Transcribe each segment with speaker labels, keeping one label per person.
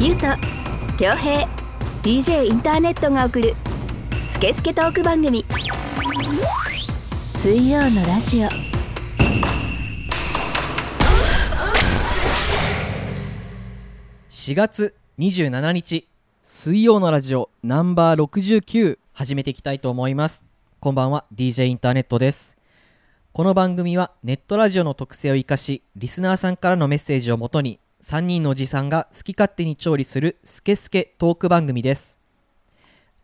Speaker 1: ゆうと恭平 DJ インターネットが送る「スケスケトーク番組」水曜のラジオ
Speaker 2: 4月27日水曜のラジオナンバー69始めていきたいと思いますこんばんは DJ インターネットですこの番組はネットラジオの特性を生かしリスナーさんからのメッセージをもとに3人のおじさんが好き勝手に調理するスケスケトーク番組です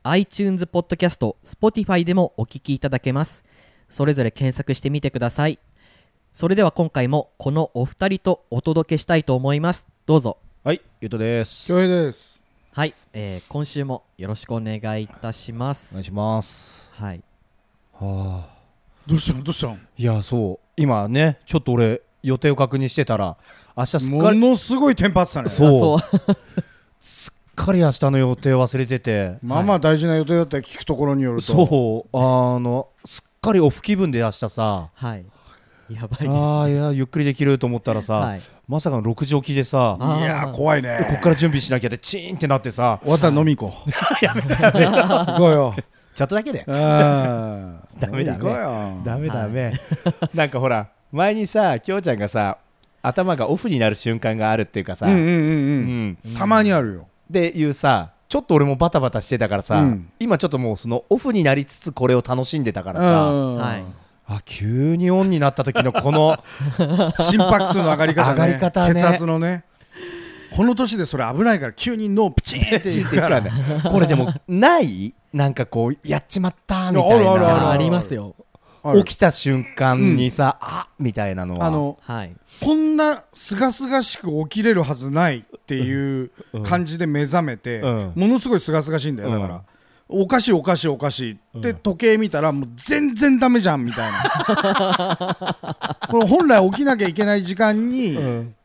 Speaker 2: iTunes ポッドキャスト Spotify でもお聞きいただけますそれぞれ検索してみてくださいそれでは今回もこのお二人とお届けしたいと思いますどうぞ
Speaker 3: はい、ゆうとです。
Speaker 4: 恭平です。
Speaker 2: はい、えー今週もよろしくお願いいたします。
Speaker 3: お願いします。
Speaker 2: はい、
Speaker 3: はあ、
Speaker 4: どうしたのどうしたの
Speaker 3: いや、そう、今ね、ちょっと俺、予定を確認してたら、明日すっか
Speaker 4: も
Speaker 3: り、
Speaker 4: のすごいテンパってたね。
Speaker 3: そう
Speaker 2: あそう
Speaker 3: すっかり明日の予定忘れてて、
Speaker 4: まあまあ大事な予定だったら聞くところによると。
Speaker 3: そう、あの、すっかりオフ気分で明日さ、
Speaker 2: はい、やばいです。
Speaker 3: ああ、いや、ゆっくりできると思ったらさ、
Speaker 2: はい
Speaker 3: まさかの6時起きでさ、
Speaker 2: あー
Speaker 4: いやー怖いね。
Speaker 3: こっから準備しなきゃで、チーンってなってさ、
Speaker 4: 終わったら飲み行こう。 やめだやめ行こうよ。
Speaker 3: ちょっとだけで
Speaker 4: ダ
Speaker 3: ダメだね
Speaker 4: 行こうよ。
Speaker 3: ダメダメ、 なんかほら前にさきょうちゃんがさ頭がオフになる瞬間があるっていうかさ、
Speaker 4: うんうんう
Speaker 3: うんん
Speaker 4: うん。たまにあるよ。
Speaker 3: っていうさちょっと俺もバタバタしてたからさ、
Speaker 4: うん
Speaker 3: 今ちょっともうそのオフになりつつこれを楽しんでたからさ、
Speaker 4: うん
Speaker 2: はい、
Speaker 3: あ急にオンになった時のこ の
Speaker 4: 心拍数の上がり方ね。
Speaker 3: 上がり方ね
Speaker 4: 血圧のね。この年でそれ危ないから急に脳プチーンって
Speaker 3: つい
Speaker 4: い
Speaker 3: うていく
Speaker 4: か
Speaker 3: かららねこれでもないなんかこうやっちまったみたい
Speaker 4: いやある
Speaker 2: あー
Speaker 3: な
Speaker 2: ありますよ。
Speaker 4: ある
Speaker 3: 起きた瞬間にさ、あみたいなのは
Speaker 4: あの
Speaker 2: はい、
Speaker 4: こんなすがすがしく起きれるはずないっていう感じで目覚めて、
Speaker 3: うん
Speaker 4: ものすごいすがすがしいんだよだから、おかしいおかしいおかしいで時計見たらもう全然ダメじゃんみたいなこれ本来起きなきゃいけない時間に、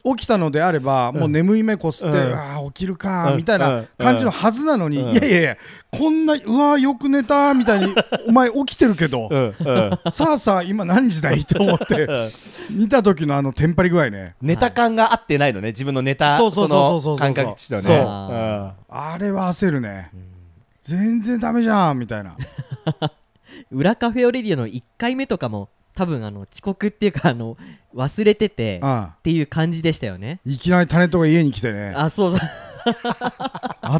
Speaker 4: 起きたのであればもう眠い目こすって、
Speaker 3: うん
Speaker 4: ああ起きるかー
Speaker 3: うん
Speaker 4: みたいな感じのはずなのに、
Speaker 3: うん
Speaker 4: いやいやいやこんなうわーよく寝たーみた いにお前起きてるけど、
Speaker 3: うんうん
Speaker 4: さあさあ今何時だいと思って見た時のあのテンパり具合ね
Speaker 3: ネタ感が合ってないのね、自分のネタ
Speaker 4: そうそうそうそうそう
Speaker 3: の感覚値とね
Speaker 4: そう
Speaker 3: うん
Speaker 4: あれは焦るね、全然ダメじゃんみ たいな
Speaker 2: 裏カフェオレディオの1回目とかも、多分あの遅刻っていうか、あの忘れててっ
Speaker 4: ああ
Speaker 2: ていう感じでしたよね。
Speaker 4: いきなりタネットが家に来 てねあ
Speaker 2: あ、そうそう、
Speaker 4: っ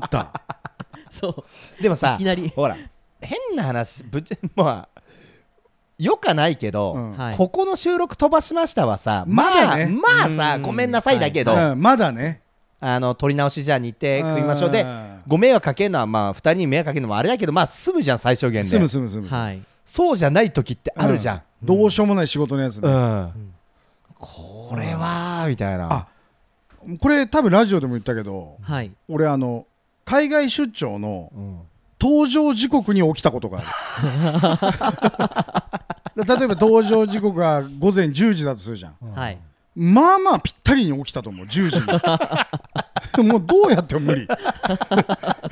Speaker 4: た
Speaker 2: そう、
Speaker 3: でもさ
Speaker 2: いきなり
Speaker 3: ほら変な話ぶっちゃまあよかないけど、
Speaker 4: うん
Speaker 2: はい
Speaker 3: ここの収録飛ばしましたはさまあ、
Speaker 4: まあね
Speaker 3: まあ
Speaker 2: う
Speaker 3: さ
Speaker 2: ん
Speaker 3: ごめんなさいだけど、
Speaker 4: うんまだね
Speaker 3: あの取り直しじゃあ似て食いましょうで
Speaker 4: うん
Speaker 3: ご迷惑かけるのはまあ2人に迷惑かけるのもあれだけどまあ済むじゃん最小限
Speaker 4: すむ
Speaker 3: です
Speaker 4: むすむ
Speaker 2: はい、
Speaker 3: そうじゃない時ってあるじゃん、
Speaker 4: うどうしようもない仕事のやつ
Speaker 3: う
Speaker 4: ね、
Speaker 3: んこれはみたいな
Speaker 4: あこれ多分ラジオでも言ったけど
Speaker 2: はい、
Speaker 4: 俺あの海外出張の
Speaker 3: うん
Speaker 4: 搭乗時刻に起きたことが ある例えば搭乗時刻が午前10時だとするじゃん
Speaker 2: はい、
Speaker 4: まあまあぴったりに起きたと思う10時に もうどうやっても無理、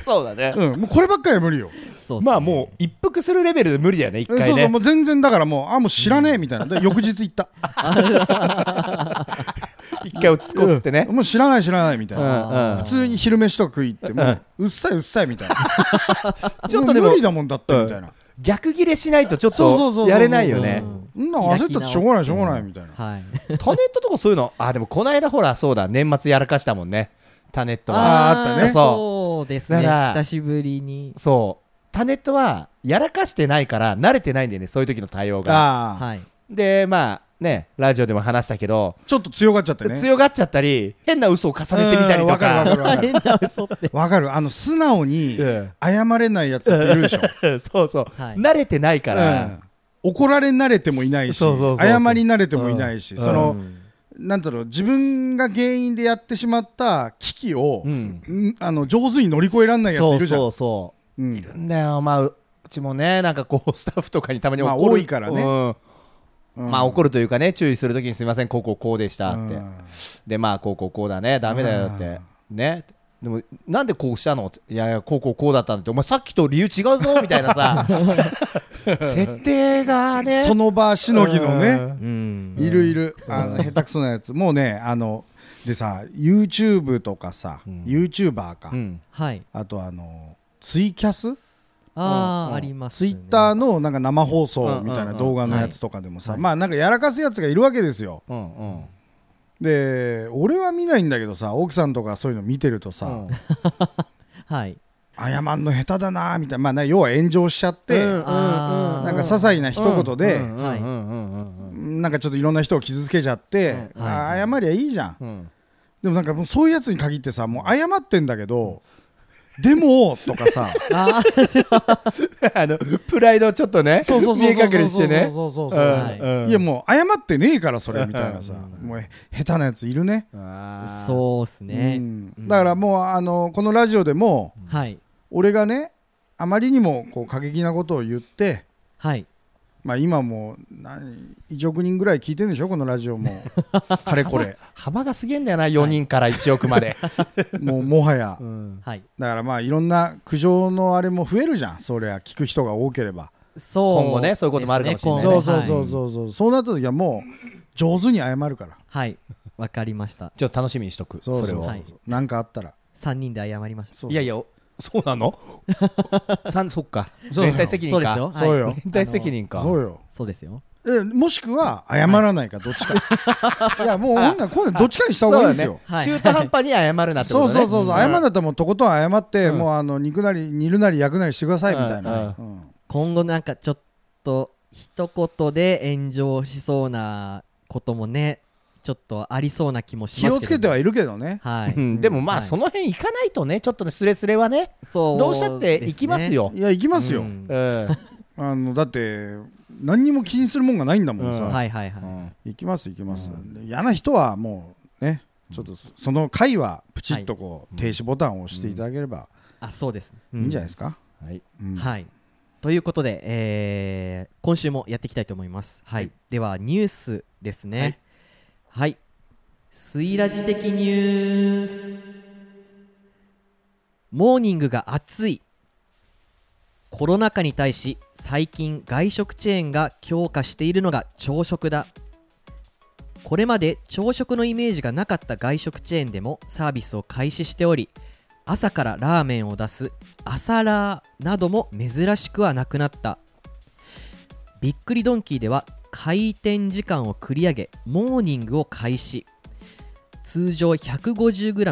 Speaker 3: そうだね、
Speaker 4: うん、もうこればっかりは無理よ
Speaker 2: そうっすね
Speaker 3: まあもう一服するレベルで無理だよね一
Speaker 4: え
Speaker 3: 回
Speaker 4: そう
Speaker 3: ね
Speaker 4: そうもう全然だからもうあもう知らねえ みたいなで翌日行った、
Speaker 3: 一回落ち着こうっつってね、
Speaker 4: もう知らない知らないみたいな、
Speaker 3: うんうん
Speaker 4: 普通に昼飯とか食い行ってもう、うっさいうっさいみたいな
Speaker 3: ちょっとでも
Speaker 4: う無理だもんだってみたいな、
Speaker 3: 逆切れしないとちょっ
Speaker 4: そうそうそうそう
Speaker 3: とやれないよね
Speaker 2: うん
Speaker 4: うん、なんか焦ったってしょうがないしょうがないみたいな、
Speaker 2: はい、
Speaker 3: タネットとかそういうのあでもこの間ほらそうだ年末やらかしたもんねタネットは
Speaker 4: あーあったね
Speaker 2: ーそうですね、
Speaker 3: だから
Speaker 2: 久しぶりに。
Speaker 3: そうタネットはやらかしてないから慣れてないんだよねそういう時の対応が
Speaker 4: ああ、
Speaker 2: はい、
Speaker 3: でまあねラジオでも話したけど、
Speaker 4: ちょっと強がっちゃってね
Speaker 3: 強がっちゃったり変な嘘を重ねてみたり
Speaker 4: うん
Speaker 3: と
Speaker 4: わかるわ
Speaker 3: か
Speaker 4: かるわかる
Speaker 2: 変な嘘って、
Speaker 4: わかるあの素直に
Speaker 3: うん
Speaker 4: 謝れないやつっているでしょ、
Speaker 3: そうそう、
Speaker 2: はい
Speaker 3: 慣れてないか
Speaker 4: う
Speaker 3: ら
Speaker 4: ん、怒られ慣れてもいないし
Speaker 3: そうそうそうそう
Speaker 4: 謝り慣れてもいないし、
Speaker 3: うん
Speaker 4: その、
Speaker 2: うん
Speaker 4: なんだろう自分が原因でやってしまった危機を、
Speaker 3: うん
Speaker 4: んあの上手に乗り越えられないやつ
Speaker 3: そ
Speaker 4: いうるじゃん
Speaker 3: そうそう
Speaker 4: うん
Speaker 3: いるんだよ、まあ、うちもね、なんかこう、ス タッフとかにたまに怒る、
Speaker 4: まあ多いからね
Speaker 3: うん
Speaker 4: うん
Speaker 3: まあ、怒るというかね、注意するときに、すみません、こうこうこうでしたって、
Speaker 4: うん
Speaker 3: で、まあ、こうこうこうだね、だめだよって、ね、でも、なんでこうしたのって、いやいや、こうこうこうだったんだって、お前、さっきと理由違うぞみたい なさ、設定がね、
Speaker 4: その場しのぎのね、
Speaker 2: うん
Speaker 4: いるいるあの下手くそなやつもうねあのでさ YouTube とかさ、YouTuber か、
Speaker 3: うん
Speaker 2: はい
Speaker 4: あとあのツイキャス
Speaker 2: あー、あります
Speaker 4: ツ
Speaker 2: ね、
Speaker 4: イッターのなんか生放送みたいな動画のやつとかでもさ、まあなんかやらかすやつがいるわけですよ
Speaker 3: うんうん
Speaker 4: で俺は見ないんだけどさ奥さんとかそういうの見てるとさ、
Speaker 3: うん
Speaker 2: はい
Speaker 4: 謝んの下手だなみたいな、まあね、要は炎上しちゃって、
Speaker 3: うんうんうん
Speaker 2: あー
Speaker 4: なんか些細な一言で、
Speaker 3: うんうんうんうん
Speaker 4: なんかちょっといろんな人を傷つけちゃって、
Speaker 2: うんはい
Speaker 4: あー謝りゃいいじゃん、
Speaker 3: うん
Speaker 4: でもなんかもうそういうやつに限ってさもう謝ってんだけど、でもとかさ
Speaker 2: あー
Speaker 3: あのプライドをちょっとね
Speaker 4: そうそうそう
Speaker 3: 見え隠れしてね
Speaker 4: そうそ
Speaker 3: う
Speaker 4: うそうそう、
Speaker 2: はい
Speaker 3: んうん
Speaker 4: いやもう謝ってねえからそれみたいなさ、もう下手なやついるね
Speaker 3: あー
Speaker 2: そうっす
Speaker 4: う
Speaker 2: ね、
Speaker 4: んだからもうあのこのラジオでも
Speaker 2: はい
Speaker 4: 俺がねあまりにもこう過激なことを言って、
Speaker 2: はい
Speaker 4: まあ、今もう何1億人ぐらい聞いてるんでしょこのラジオもかれこれ
Speaker 3: 幅がすげえんだよな4人から1億まで
Speaker 4: もうもはや
Speaker 3: うん
Speaker 2: はい
Speaker 4: だからまあいろんな苦情のあれも増えるじゃんそりゃ聞く人が多ければ、
Speaker 2: そう
Speaker 3: 今後ねそういうこともあるかもしれないね
Speaker 2: です
Speaker 4: そう
Speaker 2: 今後
Speaker 4: そう
Speaker 2: ね
Speaker 4: そうそうそう、そうなった時はもう上手に謝るから
Speaker 2: はいわ、かりました
Speaker 3: ちょっと楽しみにしとく
Speaker 4: そうそう
Speaker 3: それを
Speaker 2: はい
Speaker 4: なんかあったら
Speaker 2: 3人で謝りましょ
Speaker 4: そうそう
Speaker 3: いやいやおそうな のさんそっか
Speaker 4: そう
Speaker 3: 連帯
Speaker 2: う
Speaker 3: 責
Speaker 2: そ
Speaker 3: 任
Speaker 2: うですよ、
Speaker 3: か
Speaker 2: はい、
Speaker 4: そうよ
Speaker 3: 連帯責任か
Speaker 4: そうよ
Speaker 2: そうですよ
Speaker 4: えもしくは謝らないかどっちか いやもうほんならこういうのどっちかにした方がいいですよ
Speaker 3: そうだね
Speaker 2: はい
Speaker 3: 中途半端に謝るなってこ
Speaker 4: そ
Speaker 3: と
Speaker 4: う
Speaker 3: ね
Speaker 4: そうそうそう謝るんだったらもうとことん謝って、
Speaker 3: うん
Speaker 4: もうあの肉なり煮るなり焼くなりしてくださいみたいな、うん
Speaker 2: 今後なんかちょっと一言で炎上しそうなこともねちょっとありそうな気もし
Speaker 4: 気
Speaker 2: ますけど、
Speaker 4: をつけてはいるけどね
Speaker 2: はい、
Speaker 3: うんでもま
Speaker 2: は
Speaker 3: あ
Speaker 2: い
Speaker 3: その辺行かないとねちょっとねスレスレはね
Speaker 2: そう
Speaker 3: どうしたって行きますよ
Speaker 4: いや行きますよ、
Speaker 2: うん
Speaker 3: うん
Speaker 4: あのだって何にも気にするもんがないんだもんさ、
Speaker 3: うん
Speaker 2: はいはいはい、
Speaker 4: 行きます行きます、嫌な人はもうねちょっとその回はプチッとこう、停止ボタンを押していただければ
Speaker 2: あそうです、
Speaker 4: いいんじゃないですか、
Speaker 3: はい
Speaker 4: うん
Speaker 2: はいということで、えー今週もやっていきたいと思います、はいではニュースですねはい、スイラジ的ニュースモーニングが暑いコロナ禍に対し最近外食チェーンが強化しているのが朝食だこれまで朝食のイメージがなかった外食チェーンでもサービスを開始しており朝からラーメンを出す朝ラーなども珍しくはなくなったびっくりドンキーでは開店時間を繰り上げモーニングを開始通常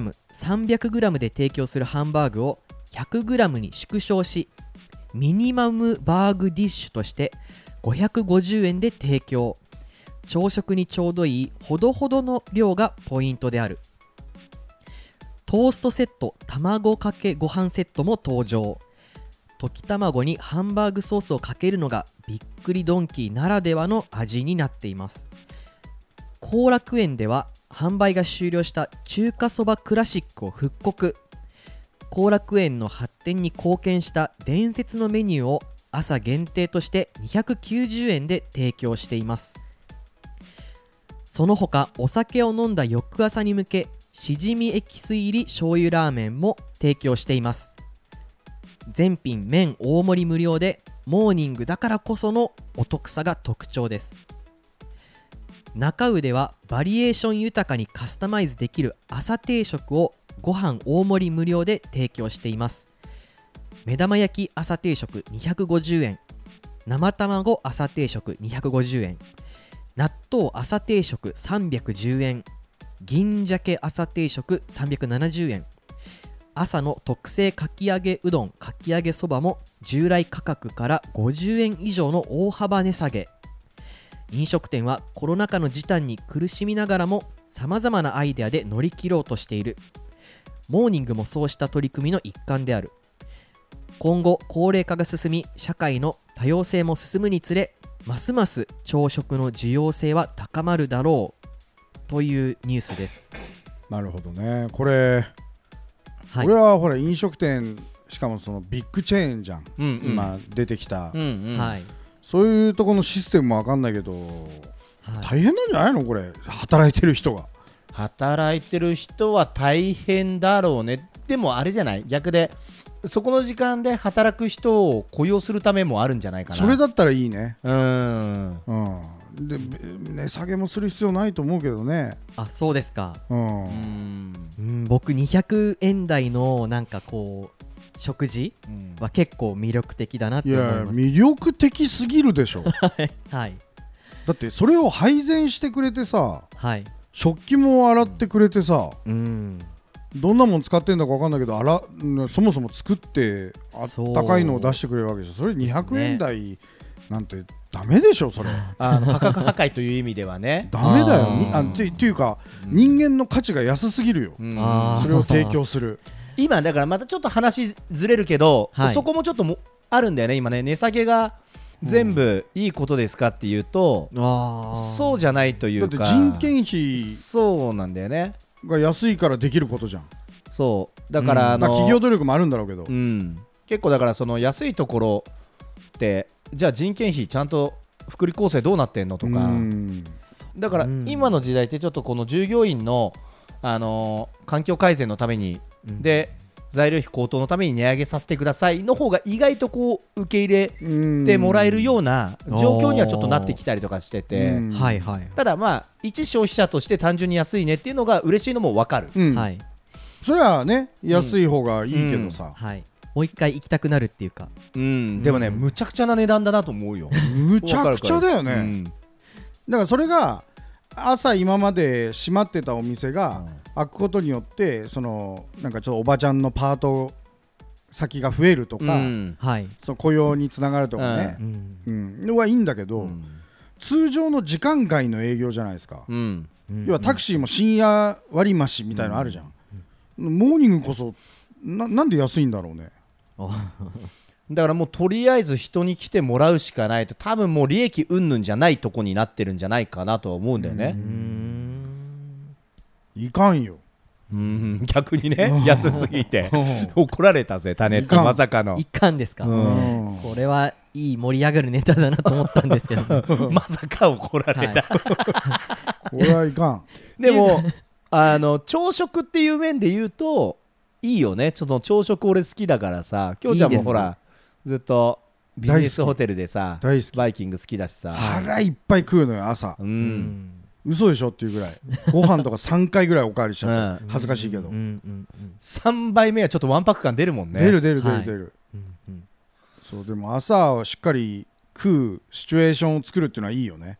Speaker 2: 150g300g で提供するハンバーグを 100g に縮小しミニマムバーグディッシュとして550円で提供朝食にちょうどいいほどほどの量がポイントであるトーストセット卵かけご飯セットも登場溶き卵にハンバーグソースをかけるのがびっくりドンキーならではの味になっています後楽園では販売が終了した中華そばクラシックを復刻後楽園の発展に貢献した伝説のメニューを朝限定として290円で提供していますその他お酒を飲んだ翌朝に向けしじみエキス入り醤油ラーメンも提供しています全品麺大盛り無料でモーニングだからこそのお得さが特徴です中宇ではバリエーション豊かにカスタマイズできる朝定食をご飯大盛り無料で提供しています目玉焼き朝定食250円生卵朝定食250円納豆朝定食310円銀鮭朝定食370円朝の特製かき揚げうどんかき揚げそばも従来価格から50円以上の大幅値下げ飲食店はコロナ禍の時短に苦しみながらもさまざまなアイデアで乗り切ろうとしているモーニングもそうした取り組みの一環である今後高齢化が進み社会の多様性も進むにつれますます朝食の需要性は高まるだろうというニュースです。
Speaker 4: なるほどねこれ、
Speaker 2: はい
Speaker 4: 俺はほら飲食店しかもそのビッグチェーンじゃん、
Speaker 3: うんうん
Speaker 4: 今出てきた、
Speaker 3: うんうん
Speaker 2: はい
Speaker 4: そういうとこのシステムも分かんないけど
Speaker 2: はい
Speaker 4: 大変なんじゃないのこれ働いてる人が
Speaker 3: 働いてる人は大変だろうねでもあれじゃない逆でそこの時間で働く人を雇用するためもあるんじゃないかな
Speaker 4: それだったらいいね
Speaker 3: うん
Speaker 4: うんで値下げもする必要ないと思うけどね、
Speaker 2: あそうですか
Speaker 4: うん
Speaker 3: うーん
Speaker 2: うん僕200円台のなんかこう食事
Speaker 3: うん
Speaker 2: は結構魅力的だなっ
Speaker 4: い
Speaker 2: て思い
Speaker 4: や
Speaker 2: ます
Speaker 4: 魅力的すぎるで しょだ
Speaker 2: はい
Speaker 4: ってそれを配膳してくれてさ
Speaker 2: はい
Speaker 4: 食器も洗ってくれてさ
Speaker 2: うん
Speaker 4: どんなもん使ってんだか分かんないけど洗うんそもそも作ってあ
Speaker 2: そう
Speaker 4: ったかいのを出してくれるわけでしょそれ200円台なんてダメでしょそれ
Speaker 3: あの価格破壊という意味では ね
Speaker 4: ダメだよに
Speaker 2: あ
Speaker 4: あ
Speaker 2: ー
Speaker 4: てっていうか人間の価値が安すぎるよ
Speaker 3: うん
Speaker 2: あー
Speaker 4: それを提供する
Speaker 3: 今だからまたちょっと話ずれるけど、
Speaker 2: はい
Speaker 3: そこもちょっともあるんだよね今ね値下げが全部いいことですかっていうと、
Speaker 2: ああ
Speaker 3: そうじゃないとい
Speaker 4: だっ
Speaker 3: う
Speaker 4: て
Speaker 3: か
Speaker 4: 人件費
Speaker 3: そうなんだよね
Speaker 4: が安いからできることじゃん
Speaker 3: そうだから、あ
Speaker 4: まあ
Speaker 3: の
Speaker 4: 企業努力もあるんだろうけど
Speaker 3: うん、結構だからその安いところってじゃあ人件費ちゃんと福利厚生どうなってんのとか、
Speaker 4: うん
Speaker 3: だから
Speaker 2: うん
Speaker 3: 今の時代ってちょっとこの従業員の、あのー環境改善のために、
Speaker 2: うん
Speaker 3: で材料費高騰のために値上げさせてくださいの方が意外とこう受け入れ
Speaker 4: うん
Speaker 3: てもらえるような状況にはちょっとなってきたりとかしてて、
Speaker 4: うん
Speaker 2: はいはい
Speaker 3: ただまあ一消費者として単純に安いねっていうのが嬉しいのも分かる、
Speaker 4: うん
Speaker 2: はい
Speaker 4: それはね安い方がいいけどさ
Speaker 2: はいもう一回行きたくなるっていうか
Speaker 3: うんでもね、
Speaker 2: うん
Speaker 3: むちゃくちゃな値段だなと思うよ
Speaker 4: むちゃくちゃだよね、
Speaker 3: うん
Speaker 4: だからそれが朝今まで閉まってたお店が開くことによってそのなんかちょっとおばちゃんのパート先が増えるとか、
Speaker 3: うん
Speaker 2: はい
Speaker 4: その雇用につながるとかね
Speaker 2: う、ん
Speaker 4: うんのはいいんだけど、
Speaker 3: うん
Speaker 4: 通常の時間外の営業じゃないですか、
Speaker 3: うん
Speaker 4: 要はタクシーも深夜割り増しみたいのあるじゃん、モーニングこそななんで安いんだろうね
Speaker 2: あ
Speaker 3: だからもうとりあえず人に来てもらうしかないと多分もう利益云々じゃないとこになってるんじゃないかなとは思うんだよね、
Speaker 4: いかんよ
Speaker 3: うん逆にね安すぎて怒られたぜタネッ
Speaker 4: いか
Speaker 3: ト
Speaker 4: ん
Speaker 3: まさかの
Speaker 2: 一貫ですか、
Speaker 4: ん
Speaker 2: これはいい盛り上がるネタだなと思ったんですけど、
Speaker 3: まさか怒られた、
Speaker 2: は
Speaker 4: これはいかん
Speaker 3: でもあの朝食っていう面で言うといいよねちょっと朝食俺好きだからさきょうちゃん
Speaker 2: いいで
Speaker 3: も
Speaker 2: す
Speaker 3: ほらずっとビジネスホテルでさ
Speaker 4: 大好き
Speaker 3: バイキング好きだしさ、
Speaker 4: 腹いっぱい食うのよ朝
Speaker 3: う
Speaker 2: い
Speaker 3: ん
Speaker 4: 嘘でしょっていうぐらいご飯とか3回ぐらいおかわりしちゃっ
Speaker 3: う
Speaker 4: て恥ずかしいけど、
Speaker 2: うんうんうん
Speaker 3: 3杯目はちょっとわんぱく感出るもんね
Speaker 4: 出る出る出
Speaker 2: は
Speaker 4: る
Speaker 2: い
Speaker 4: 出る、
Speaker 2: うんうん
Speaker 4: そうでも朝はしっかり食うシチュエーションを作るっていうのはいいよね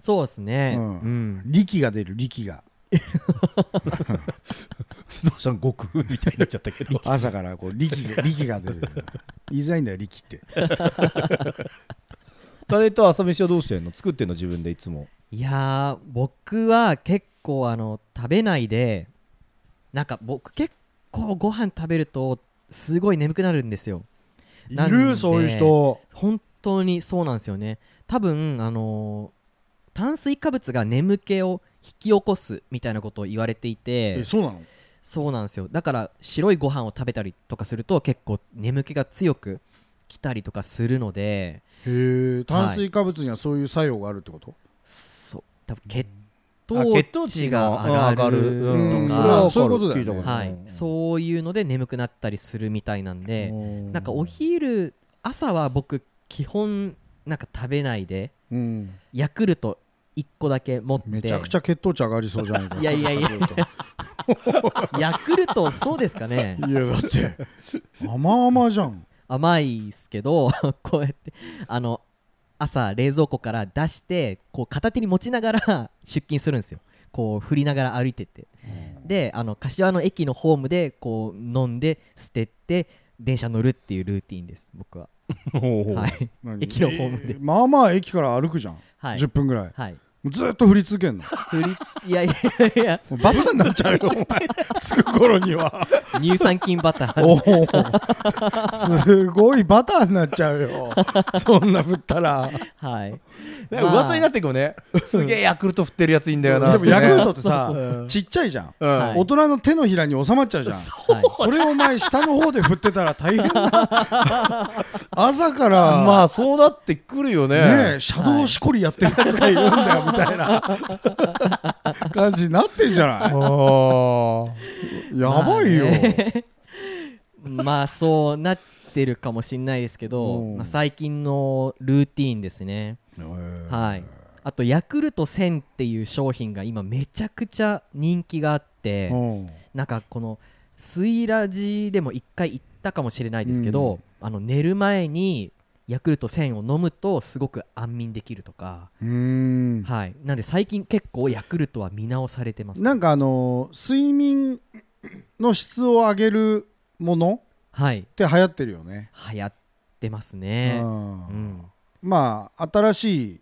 Speaker 2: そうですね、う
Speaker 4: うんん力が出る力が
Speaker 3: どうしたの極みたいになっちゃったけ ど
Speaker 4: 朝からこう 力が力が出る言いづらいんだよ力って
Speaker 3: タネと朝飯はどうしてんの作ってんの自分でいつも
Speaker 2: いやー僕は結構あの食べないでなんか僕結構ご飯食べるとすごい眠くなるんですよ
Speaker 4: い
Speaker 2: なんで
Speaker 4: るそういう人
Speaker 2: 本当にそうなんですよね多分あのー炭水化物が眠気を引き起こすみたいなことを言われていて
Speaker 4: えそうなの
Speaker 2: そうなんですよだから白いご飯を食べたりとかすると結構眠気が強くきたりとかするので
Speaker 4: へえ炭水化物にはそういう作用があるってこと、
Speaker 2: そう多分血
Speaker 3: あ
Speaker 2: 糖
Speaker 3: 血糖
Speaker 2: 値
Speaker 3: 値
Speaker 2: が
Speaker 3: が
Speaker 2: 上
Speaker 3: 上
Speaker 2: が
Speaker 3: が
Speaker 2: る
Speaker 3: る
Speaker 2: と
Speaker 4: うんそれ
Speaker 2: か、
Speaker 4: はそういうことだ
Speaker 3: 聞
Speaker 4: よね
Speaker 3: いたとあ
Speaker 2: は
Speaker 3: る
Speaker 2: い、
Speaker 3: うん
Speaker 2: そういうので眠くなったりするみたいなんで
Speaker 4: うん
Speaker 2: なんかお昼朝は僕基本なんか食べないで
Speaker 4: うん、
Speaker 2: ヤクルト1個だけ持って
Speaker 4: めちゃくちゃ血糖値上がりそうじゃないか
Speaker 2: いやいやいや ヤクルトそうですかね
Speaker 4: いやだって甘々じゃん
Speaker 2: 甘いっすけど こうやってあの朝冷蔵庫から出してこう片手に持ちながら 出勤するんですよこう振りながら歩いてってであの柏の駅のホームでこう飲んで捨てて電車乗るっていうルーティンです僕ははい
Speaker 4: 何
Speaker 2: 駅のホームで
Speaker 4: えまあまあ駅から歩くじゃん、
Speaker 2: はい
Speaker 4: 10分ぐらいも
Speaker 2: はいう
Speaker 4: ずっと振り続けんの
Speaker 2: 振りいやいやい や
Speaker 4: もうバカになっちゃう よ、お前。着く頃には。
Speaker 2: 乳酸菌バター
Speaker 4: おお。すごいバターになっちゃうよ。そんな振ったら。
Speaker 2: はい
Speaker 3: なんか噂になってくるねすげえヤクルト振ってるやついいんだよな
Speaker 4: でもヤクルト
Speaker 3: っ
Speaker 4: ってさ、ちっちゃいじゃん。
Speaker 3: うん
Speaker 2: はい
Speaker 4: 大人の手のひらに収まっちゃうじゃん。
Speaker 2: はい
Speaker 4: それをお前下の方で振ってたら大変な 朝から、
Speaker 3: まあそうなってくるよ
Speaker 4: ね
Speaker 3: ね
Speaker 4: え車道しこりやってるやつがいるんだよみたいな感じになってんじゃな
Speaker 3: あー
Speaker 4: いやばいよ、
Speaker 2: まあ ね まあそうなってるかもしんないですけど、
Speaker 4: うん
Speaker 2: まあ、最近のルーティーンですね
Speaker 4: へえ
Speaker 2: はいあとヤクルト1000っていう商品が今めちゃくちゃ人気があって、
Speaker 4: うん
Speaker 2: なんかこのスイラジでも一回言ったかもしれないですけど、あの寝る前にヤクルト1000を飲むとすごく安眠できるとか、
Speaker 4: うーん
Speaker 2: はい、なんで最近結構ヤクルトは見直されてます
Speaker 4: なんかあのー睡眠の質を上げるもの
Speaker 2: はい
Speaker 4: って流行ってるよね、
Speaker 2: 流行ってますね
Speaker 4: う
Speaker 2: うんん
Speaker 4: まあ新しい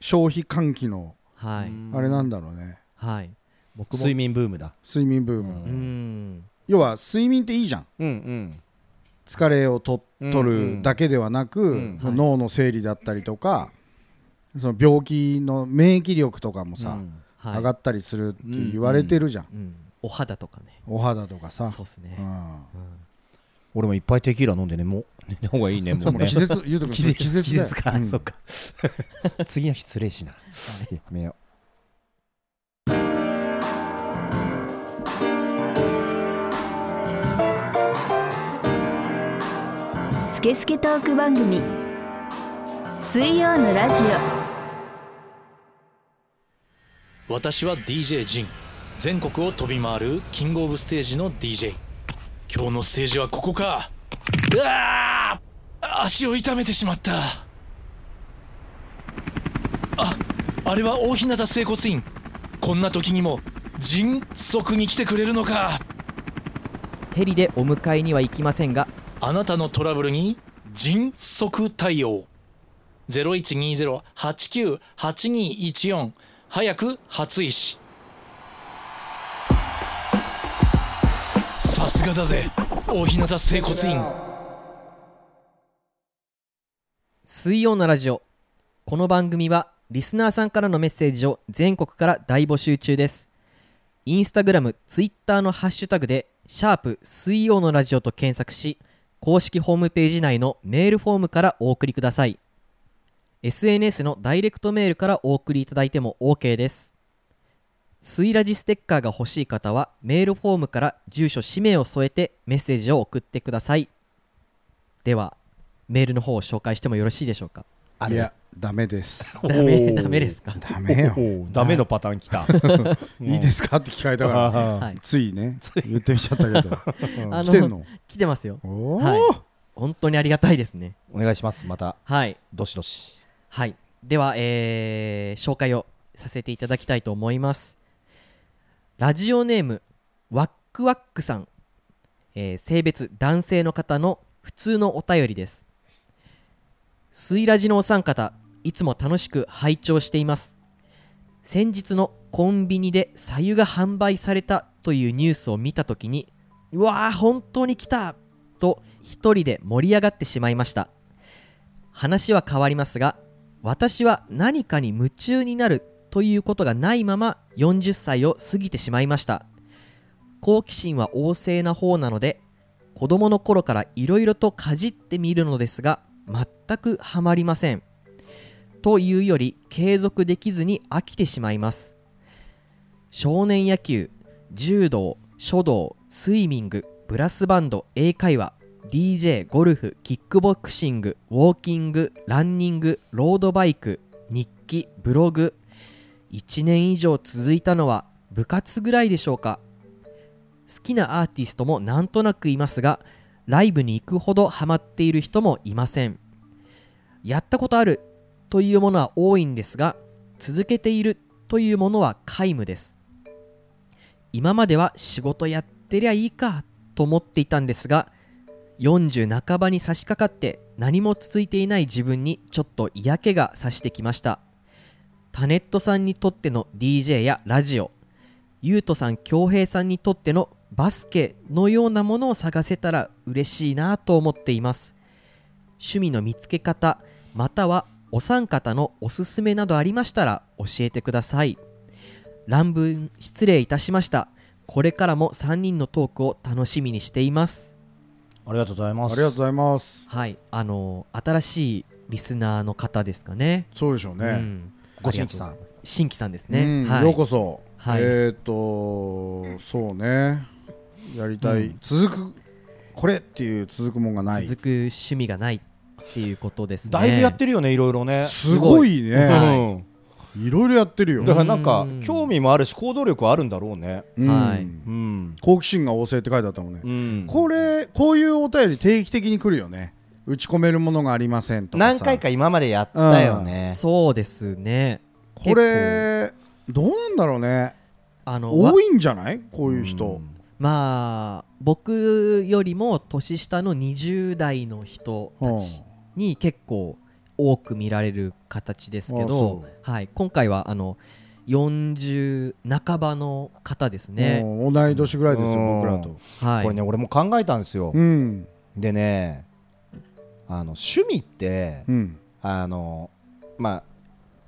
Speaker 4: 消費喚起の
Speaker 2: はい
Speaker 4: あれなんだろうね
Speaker 2: はい僕も
Speaker 3: 睡眠ブームだ
Speaker 4: 睡眠ブーム、
Speaker 3: うん
Speaker 2: うん
Speaker 4: 要は睡眠っていいじゃん
Speaker 3: うんうん
Speaker 4: 疲れをと
Speaker 3: うん
Speaker 4: 取るだけではなく、
Speaker 3: うん
Speaker 2: はい
Speaker 4: 脳の整理だったりとか、その病気の免疫力とかもさ、
Speaker 3: うん
Speaker 2: はい
Speaker 4: 上がったりするって言われてるじゃん、
Speaker 2: うん、お肌とかね
Speaker 4: お肌とかさ
Speaker 2: そうですね、
Speaker 4: うん
Speaker 2: うん
Speaker 3: 俺もいっぱいテキーラ飲んでねもう寝た方がいいねもうね
Speaker 4: 気 絶言うとくん気絶だよ
Speaker 3: か、
Speaker 4: うん
Speaker 3: そっか 次は失礼しなやめよ
Speaker 1: スケスケトーク番組水曜のラジ
Speaker 5: 私は DJ ジン全国を飛び回るキングオブステージの DJ 今日のステージはここかうわあ足を痛めてしまったああれは大日向整骨院こんな時にも迅速に来てくれるのか
Speaker 2: ヘリでお迎えには行きませんが
Speaker 5: あなたのトラブルに迅速対応0120-89-8214早く初石さすがだぜ大日向整骨院
Speaker 2: 水曜のラジオこの番組はリスナーさんからのメッセージを全国から大募集中ですインスタグラムツイッターのハッシュタグで「シャープ水曜のラジオ」と検索し公式ホームページ内のメールフォームからお送りください SNS のダイレクトメールからお送りいただいても OK ですスイラジステッカーが欲しい方はメールフォームから住所氏名を添えてメッセージを送ってくださいではメールの方を紹介してもよろしいでしょうか
Speaker 3: あ
Speaker 4: いやダメです
Speaker 3: おー
Speaker 2: ダメダメですか。
Speaker 4: ダメ よ
Speaker 3: おーダメのパターンきた
Speaker 4: いいですかって聞かれたから
Speaker 2: はい。
Speaker 4: ついね言ってみちゃったけど
Speaker 2: あ
Speaker 4: 来てんの
Speaker 2: 来てますよ。
Speaker 4: お
Speaker 2: はい
Speaker 4: ー。
Speaker 2: 本当にありがたいですね。
Speaker 3: お願いしますまた
Speaker 2: はい
Speaker 3: どしどし
Speaker 2: はい。では、えー紹介をさせていただきたいと思います。ラジオネームワックワックさん、えー性別男性の方の普通のお便りです。スイラジのお三方、いつも楽しく拝聴しています。先日のコンビニで左右が販売されたというニュースを見たときに、うわー、本当に来たと一人で盛り上がってしまいました。話は変わりますが、私は何かに夢中になるということがないまま40歳を過ぎてしまいました好奇心は旺盛な方なので子供の頃からいろいろとかじってみるのですが全くハマりませんというより継続できずに飽きてしまいます少年野球柔道書道スイミングブラスバンド英会話 DJ ゴルフキックボクシングウォーキングランニングロードバイク日記ブログ1年以上続いたのは部活ぐらいでしょうか好きなアーティストもなんとなくいますがライブに行くほどハマっている人もいませんやったことあるというものは多いんですが続けているというものは皆無です今までは仕事やってりゃいいかと思っていたんですが40半ばに差し掛かって何も続いていない自分にちょっと嫌気がさしてきましたタネットさんにとっての DJ やラジオゆうとさん恭平さんにとってのバスケのようなものを探せたら嬉しいなと思っています趣味の見つけ方またはお三方のおすすめなどありましたら教えてください乱文失礼いたしましたこれからも3人のトークを楽しみにしています
Speaker 3: ありがとうござい
Speaker 4: あ
Speaker 3: ま
Speaker 4: りがとうございます
Speaker 2: はい、あの新しいリスナーの方ですかね。
Speaker 4: そうでしょう
Speaker 2: う
Speaker 4: ね
Speaker 2: ん、
Speaker 3: ご新規さん
Speaker 2: ありがとうございます。新規さんです
Speaker 4: う
Speaker 2: ね。
Speaker 4: ん
Speaker 2: はい、
Speaker 4: ようこそ
Speaker 2: はい
Speaker 4: えっとそうねやりたい続くこれっていう続くもんがない
Speaker 2: 続く趣味がないっていうことですね。
Speaker 3: だいぶやってるよねいろいろね
Speaker 4: すごい
Speaker 3: うん
Speaker 4: ね
Speaker 2: は
Speaker 4: いろいろやってるよ
Speaker 3: だからなんか
Speaker 2: うん
Speaker 3: 興味もあるし行動力はあるんだろうね
Speaker 4: うん
Speaker 2: はい
Speaker 3: うん、
Speaker 4: 好奇心が旺盛って書いてあったもんね
Speaker 3: うん、
Speaker 4: これこういうお便り定期的に来るよね打ち込めるものがありませんとかさ
Speaker 3: 何回か今までやったよね、
Speaker 2: そうですね
Speaker 4: これどうなんだろうね
Speaker 2: あのわ
Speaker 4: 多いんじゃないこういう人
Speaker 2: まあ僕よりも年下の20代の人たちに結構多く見られる形ですけ
Speaker 4: あ
Speaker 2: ど
Speaker 4: そ、
Speaker 2: はい、今回はあの40半ばの方ですね、
Speaker 4: もう同い年ぐらいですよ
Speaker 3: うん
Speaker 4: 僕らと
Speaker 2: はい、
Speaker 3: これね俺も考えたんですよ、
Speaker 4: うん
Speaker 3: でねあの趣味って
Speaker 4: うん
Speaker 3: あのまあ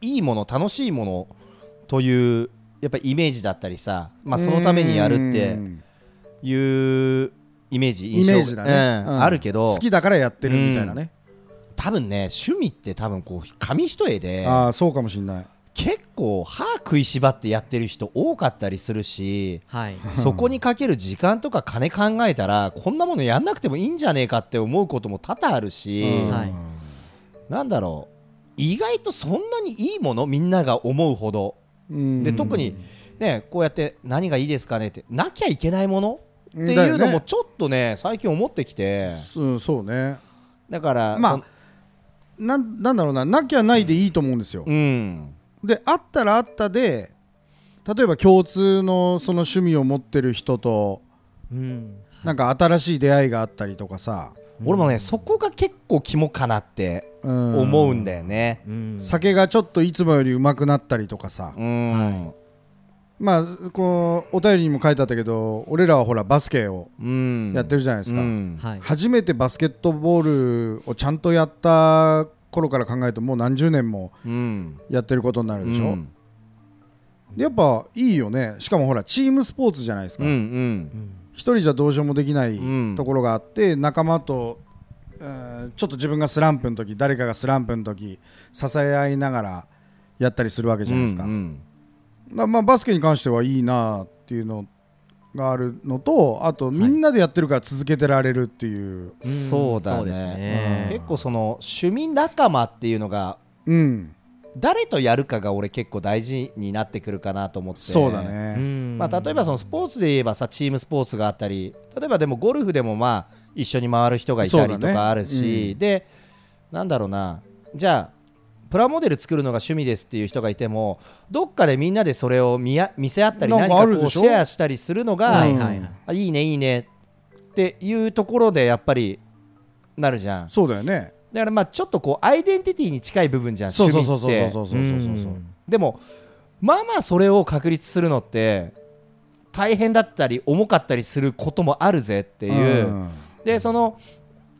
Speaker 3: いいもの楽しいものというやっぱイメージだったりさ、まあ、そのためにやるって
Speaker 4: うん
Speaker 3: いうイメージ
Speaker 4: イ
Speaker 3: 印象
Speaker 4: メージだね
Speaker 3: うん
Speaker 4: うん
Speaker 3: あるけど
Speaker 4: 好きだからやってるみたいなね
Speaker 3: 多分ね趣味って多分こう紙一重で
Speaker 4: ああそうかもしんない
Speaker 3: 結構歯食いしばってやってる人多かったりするし
Speaker 2: はい、
Speaker 3: そこにかける時間とか金考えたらこんなものやんなくてもいいんじゃねえかって思うことも多々あるし、
Speaker 4: うん
Speaker 2: はい
Speaker 3: なんだろう意外とそんなにいいものみんなが思うほど
Speaker 4: うん
Speaker 3: で特に、ね、こうやって何がいいですかねってなきゃいけないものっていうの
Speaker 4: だよ
Speaker 3: も
Speaker 4: ね
Speaker 3: ちょっとね最近思ってきて
Speaker 4: うんそうね
Speaker 3: だから
Speaker 4: まあ
Speaker 3: そん
Speaker 4: なんなんだろうななきゃないでいいと思うんですよ
Speaker 3: うん
Speaker 4: であったらあったで例えば共通のその趣味を持ってる人と
Speaker 2: うん
Speaker 4: なんか新しい出会いがあったりとかさ、
Speaker 3: 俺もねそこが結構肝かなって
Speaker 4: うん
Speaker 3: 思うんだよね
Speaker 2: うん
Speaker 4: 酒がちょっといつもよりうまくなったりとかさ、
Speaker 3: うん、
Speaker 4: まあこうお便りにも書いてあったけど俺らはほらバスケを
Speaker 3: うん
Speaker 4: やってるじゃないですか、
Speaker 3: うん
Speaker 2: はい、
Speaker 4: 初めてバスケットボールをちゃんとやった頃から考えるともう何十年も
Speaker 3: うん
Speaker 4: やってることになるでしょ、
Speaker 3: うん
Speaker 4: でやっぱいいよねしかもほらチームスポーツじゃないですか、
Speaker 3: うんうん
Speaker 4: 一人じゃどうしようもできない
Speaker 3: うん
Speaker 4: ところがあって、仲間と、えーちょっと自分がスランプの時誰かがスランプの時支え合いながらやったりするわけじゃないですか,、
Speaker 3: うんうん
Speaker 4: だまあ、バスケに関してはいいなっていうのがあるのとあとみんなでやってるから続けてられるってい
Speaker 2: ん
Speaker 4: う、
Speaker 3: そうだ
Speaker 2: そうです
Speaker 3: ね
Speaker 2: ね
Speaker 3: 結構その趣味仲間っていうのが
Speaker 4: うん
Speaker 3: 誰とやるかが俺結構大事になってくるかなと思って
Speaker 4: そうだ
Speaker 2: う
Speaker 4: ね、
Speaker 2: ん
Speaker 3: まあ、例えばそのスポーツで言えばさチームスポーツがあったり例えばでもゴルフでもまあ一緒に回る人がいたり
Speaker 4: そう
Speaker 3: と
Speaker 4: だね
Speaker 3: かあるし、
Speaker 4: う
Speaker 3: でなんだろうなじゃあプラモデル作るのが趣味ですっていう人がいてもどっかでみんなでそれを見や見せ合ったり
Speaker 4: なん
Speaker 3: 何
Speaker 4: か
Speaker 3: か
Speaker 4: ある
Speaker 3: こ
Speaker 4: で
Speaker 3: うシ
Speaker 4: しょ
Speaker 3: ェアしたりするのが、
Speaker 2: はい
Speaker 4: うん
Speaker 2: はいはい
Speaker 3: あいいねいいねっていうところでやっぱりなるじゃん
Speaker 4: そうだよね
Speaker 3: だからまあちょっとこうアイデンティティに近い部分じゃん
Speaker 4: そう
Speaker 3: 趣
Speaker 4: そ
Speaker 3: 味
Speaker 4: う
Speaker 3: って
Speaker 4: そうそうそうそうそうそうそう
Speaker 2: うん
Speaker 3: でもまあまあそれを確立するのって大変だったり重かったりすることもあるぜっていう、
Speaker 4: ん
Speaker 3: でその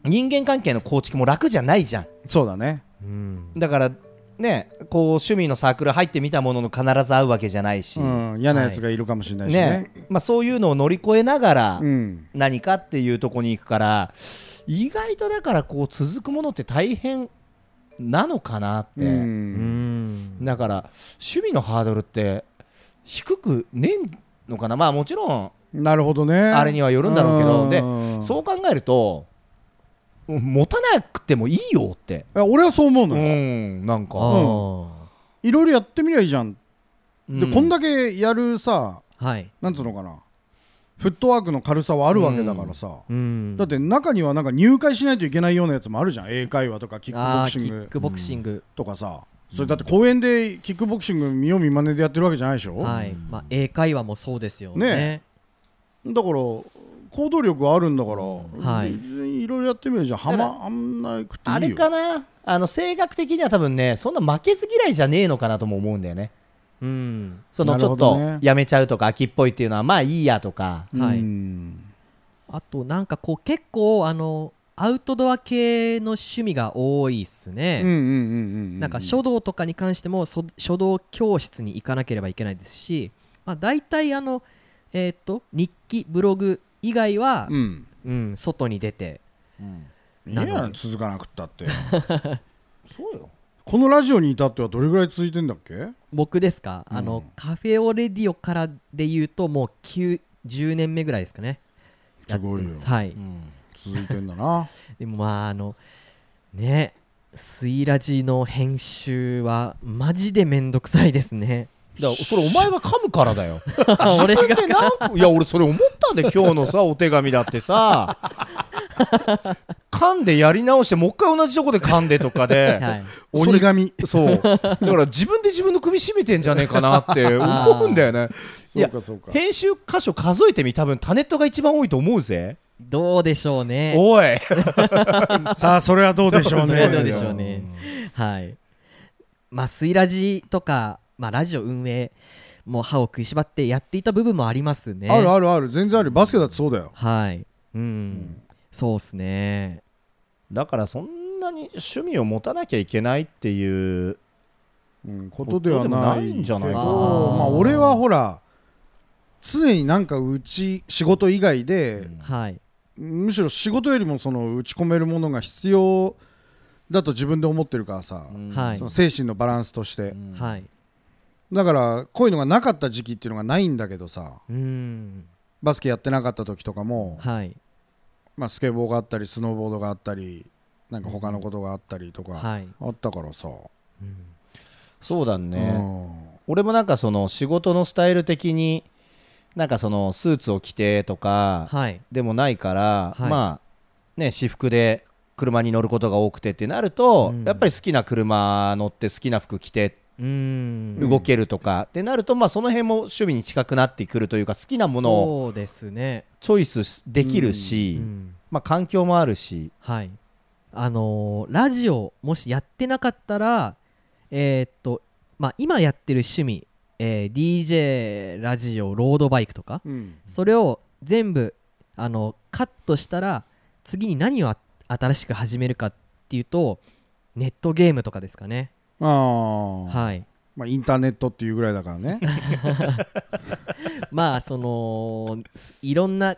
Speaker 3: 人間関係の構築も楽じゃないじゃん
Speaker 4: そうだね
Speaker 2: うん
Speaker 3: だからねこう趣味のサークル入ってみたものの必ず会うわけじゃないし、
Speaker 4: うん、嫌なやつがいるかもしれないしね,、
Speaker 3: ねまあ、そういうのを乗り越えながら
Speaker 4: うん、
Speaker 3: 何かっていうとこに行くから意外とだからこう続くものって大変なのかなって、
Speaker 2: う
Speaker 4: うん
Speaker 2: ん
Speaker 3: だから趣味のハードルって低くねえのかなまあもちろん
Speaker 4: なるほどねあ
Speaker 3: あれにはよるんだろうけどでそうう考えるとうん持たなくてもいいよって
Speaker 4: 俺はそう思う
Speaker 3: う
Speaker 4: のよ、
Speaker 3: んなん
Speaker 2: あ
Speaker 3: か
Speaker 2: ー
Speaker 4: いろいろやってみりゃいいじゃん、
Speaker 3: う
Speaker 4: でこんだけやるさ
Speaker 2: はい
Speaker 4: なんつうのかなフットワークの軽さはあるわけだからさ、
Speaker 2: うん
Speaker 4: だって中にはなんか入会しないといけないようなやつもあるじゃん英会話とかキックボ
Speaker 2: あ
Speaker 4: ク
Speaker 2: ー
Speaker 4: シ
Speaker 2: キ
Speaker 4: ン
Speaker 2: ッ
Speaker 4: グ
Speaker 2: クボクシング、
Speaker 4: とかさそれだって公園でキックボクシング見よう見まねでやってるわけじゃないでしょ、
Speaker 2: はいまあ、英会話もそうですよね
Speaker 4: ねだから行動力があるんだから、
Speaker 2: い
Speaker 4: 別にいろいろやってみるじゃん
Speaker 3: だ
Speaker 4: はまあんなくていいよ
Speaker 3: あれかなあの性格的には多分ねそんな負けず嫌いじゃねえのかなとも思うんだよね
Speaker 2: うん
Speaker 3: その
Speaker 4: な
Speaker 3: ち
Speaker 4: る
Speaker 3: ょ
Speaker 4: ほ
Speaker 3: っ
Speaker 4: どね
Speaker 3: とやめちゃうとか秋っぽいっていうのはまあいいやとか
Speaker 2: はい
Speaker 4: うん
Speaker 2: あとなんかこう結構あのアウトドア系の趣味が多いっす
Speaker 4: うんうん
Speaker 2: ね、
Speaker 4: うんうん
Speaker 2: なんか書道とかに関してもそ書道教室に行かなければいけないですし、まあ、大体あの、えー、と日記ブログ以外は、
Speaker 4: う
Speaker 2: うん
Speaker 4: ん
Speaker 2: 外に出て
Speaker 4: いいやん
Speaker 2: なので
Speaker 4: 続かなくったって
Speaker 3: そうよ
Speaker 4: このラジオに至ってはどれぐらい続いてんだっけ
Speaker 2: 僕ですか、あのカフェオレディオからで言うともう9 10年目ぐらいですかね
Speaker 4: すごいよ
Speaker 2: やってますはい
Speaker 3: うん
Speaker 4: 続いてんだな
Speaker 2: でもまああのねスイラジの編集はマジでめんどくさいですね
Speaker 3: だからそれお前が噛むからだよ
Speaker 2: 俺が
Speaker 3: でなんいや俺それ思ったんで今日のさお手紙だってさ 噛んでやり直してもう一回同じとこで噛んでとかで、
Speaker 2: はい
Speaker 4: 鬼神
Speaker 3: そうだから自分で自分の首絞めてんじゃねえかなって思うんだよねい
Speaker 4: そう
Speaker 3: や
Speaker 4: かそうか
Speaker 3: 編集箇所数えてみ多分タネットが一番多いと思うぜ
Speaker 2: どうでしょうね
Speaker 3: おい
Speaker 4: さあそれはどうでしょう
Speaker 2: それ
Speaker 4: ね
Speaker 2: はどうでしょうね。はい。まあ、スイラジとか、まあ、ラジオ運営も歯を食いしばってやっていた部分もありますね。
Speaker 4: あるあるある全然あるバスケだってそうだよ
Speaker 2: はい。うん。そうっすね。
Speaker 3: だからそんなに趣味を持たなきゃいけないっていう
Speaker 4: うんことでは
Speaker 3: こと
Speaker 4: な
Speaker 3: でもないいんじゃない
Speaker 4: け
Speaker 3: か
Speaker 4: ど
Speaker 3: な
Speaker 4: まあ俺はほら常になんかうち仕事以外で
Speaker 2: はい。
Speaker 4: むしろ仕事よりもその打ち込めるものが必要だと自分で思ってるからさ、
Speaker 2: はい
Speaker 4: その精神のバランスとして、
Speaker 2: はい。
Speaker 4: だからこういうのがなかった時期っていうのがないんだけどさ
Speaker 2: うん。
Speaker 4: バスケやってなかった時とかも、
Speaker 2: はい。
Speaker 4: まあ、スケボーがあったりスノーボードがあったりなんか他のことがあったりとか
Speaker 2: はい。
Speaker 4: あったからさ、
Speaker 3: そうだ
Speaker 4: う
Speaker 3: ね、
Speaker 4: ん
Speaker 3: 俺もなんかその仕事のスタイル的になんかそのスーツを着てとか
Speaker 2: はい。
Speaker 3: でもないから、
Speaker 2: はい
Speaker 3: まあね私服で車に乗ることが多くてってなると、
Speaker 2: うん
Speaker 3: やっぱり好きな車乗って好きな服着て
Speaker 2: うん。
Speaker 3: 動けるとか、ってなるとまあその辺も趣味に近くなってくるというか好きなものを
Speaker 2: そうですね。
Speaker 3: チョイスできる
Speaker 2: う
Speaker 3: し、
Speaker 2: ん。
Speaker 3: まあ、環境もあるし
Speaker 2: はい。あのーラジオ、もしやってなかったら、えーっと、まあ、今やってる趣味、えー DJ、ラジオ、ロードバイクとか、
Speaker 4: うん
Speaker 2: それを全部あのカットしたら次に何をあ新しく始めるかっていうとネットゲームとかですかね、
Speaker 4: あー
Speaker 2: はい
Speaker 4: まあ、インターネットっていうぐらいだからね
Speaker 2: まあそのすいろんな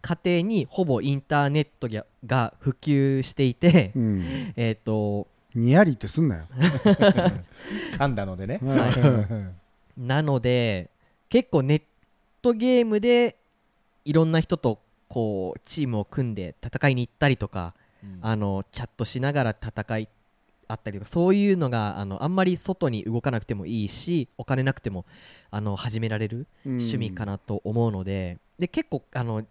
Speaker 2: 家庭にほぼインターネットがが普及していて、
Speaker 4: うん
Speaker 2: えっ、と
Speaker 4: にやりってすんなよ
Speaker 3: 噛んだのでね
Speaker 2: なので結構ネットゲームでいろんな人とこうチームを組んで戦いに行ったりとか、あのチャットしながら戦いあったりとかそういうのがあのあんまり外に動かなくてもいいしお金なくてもあの始められる趣味か
Speaker 4: な
Speaker 2: なと思うので,、で結構あの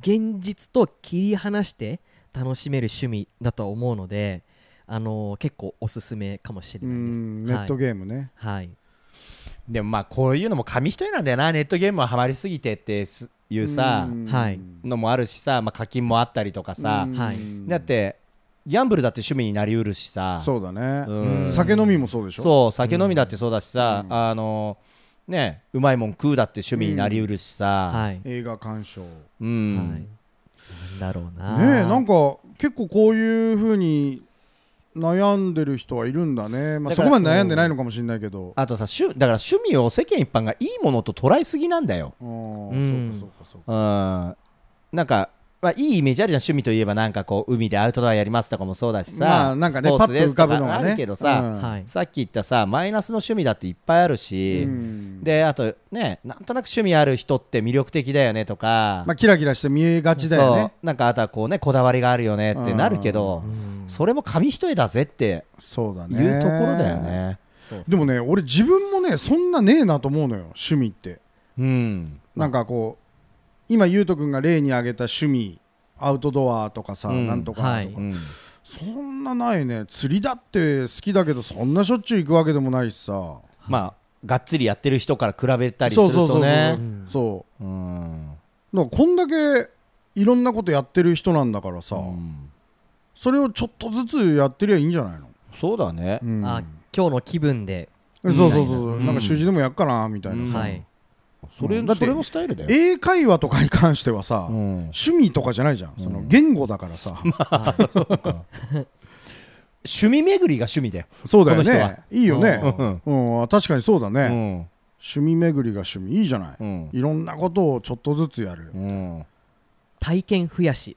Speaker 2: 現実と切り離して楽しめる趣味だとは思うのであの結構おすすめかもしれ
Speaker 4: う
Speaker 2: ないです。
Speaker 4: んネットゲームね、
Speaker 2: はい、はい
Speaker 3: でもまあこういうのも紙一重なんだよなネットゲームはハマりすぎてってすいうさ
Speaker 4: ん
Speaker 2: はい
Speaker 3: のもあるしさ、まあ、課金もあったりとかさ
Speaker 4: うん
Speaker 2: はい
Speaker 3: だってギャンブルだって趣味になりうるしさ
Speaker 4: そうだね、
Speaker 3: うん
Speaker 4: 酒飲みもそうでしょ
Speaker 3: そう酒飲みだってそうだしさ、
Speaker 4: うん
Speaker 3: あのねうまいもん食うだって趣味になりうるしさ、うん
Speaker 2: はい。
Speaker 4: 映画鑑賞ね
Speaker 2: はい。なんだろう
Speaker 4: え
Speaker 2: な。
Speaker 4: なんか結構こういうふうに悩んでる人はいるんだね、まあ、
Speaker 3: だ
Speaker 4: そ
Speaker 3: から
Speaker 4: こまで悩んでないのかもしれないけど
Speaker 3: あとさ趣だから趣味を世間一般がいいものと捉えすぎなんだよ、
Speaker 4: あー
Speaker 2: うん
Speaker 4: そうかそうかそうか
Speaker 3: うん、なんか、まあ、いいイメージあるじゃん趣味といえばなんかこう海でアウトドアやりますとかもそうだしさ、
Speaker 4: まあなんかね
Speaker 3: スポ
Speaker 4: パ
Speaker 3: ー
Speaker 4: ッ
Speaker 3: ツ
Speaker 4: と
Speaker 3: で
Speaker 4: 浮
Speaker 3: すと
Speaker 4: かぶの
Speaker 3: か
Speaker 4: が
Speaker 3: あ
Speaker 4: ね
Speaker 3: るけどさ、
Speaker 4: うん
Speaker 2: はい。
Speaker 3: さっき言ったさマイナスの趣味だっていっぱいあるし、
Speaker 4: うん
Speaker 3: であとねなんとなく趣味ある人って魅力的だよねとか、
Speaker 4: まあ、キラキラして見えがちだよね
Speaker 3: そうなんかあとはこうねこだわりがあるよねってなるけど、
Speaker 2: うん
Speaker 3: それも紙一重だぜって
Speaker 4: そうだ
Speaker 3: い
Speaker 4: ね
Speaker 3: うところだよね。
Speaker 4: でもね俺自分もねそんなねえなと思うのよ趣味って
Speaker 3: うん、
Speaker 4: なんかこう今ゆうとくんが例に挙げた趣味アウトドアとかさ、
Speaker 3: うん
Speaker 4: なんとかとか、
Speaker 2: はい
Speaker 3: うん
Speaker 4: そんなないね釣りだって好きだけどそんなしょっちゅう行くわけでもないしさ
Speaker 3: まあがっつりやってる人から比べたりする
Speaker 4: そうそ
Speaker 3: と
Speaker 4: うそうそう,、
Speaker 3: ね。
Speaker 4: そ
Speaker 3: うん
Speaker 4: うだからこんだけいろんなことやってる人なんだからさ、
Speaker 3: うん
Speaker 4: それをちょっとずつやってりゃいいんじゃないの、
Speaker 3: そうだね
Speaker 4: う。ん
Speaker 2: あ、今日の気分で。
Speaker 4: そうそうそうそう、
Speaker 3: うん
Speaker 4: なんか習字でもやっかなみたいなさ、
Speaker 2: はい。
Speaker 3: それ
Speaker 4: うんだって
Speaker 3: それもスタイルだよ。
Speaker 4: 英会話とかに関してはさ、
Speaker 3: うん
Speaker 4: 趣味とかじゃないじゃん、その言語だから さ、
Speaker 3: 趣味巡りが趣味だよ。
Speaker 4: そうだよ
Speaker 3: この人は
Speaker 4: ねいいよね、
Speaker 3: うん
Speaker 4: うん確かにそうだね、
Speaker 3: うん
Speaker 4: 趣味巡りが趣味いいじゃない、
Speaker 3: うん
Speaker 4: いろんなことをちょっとずつやる、
Speaker 3: うん
Speaker 2: 体験増やし。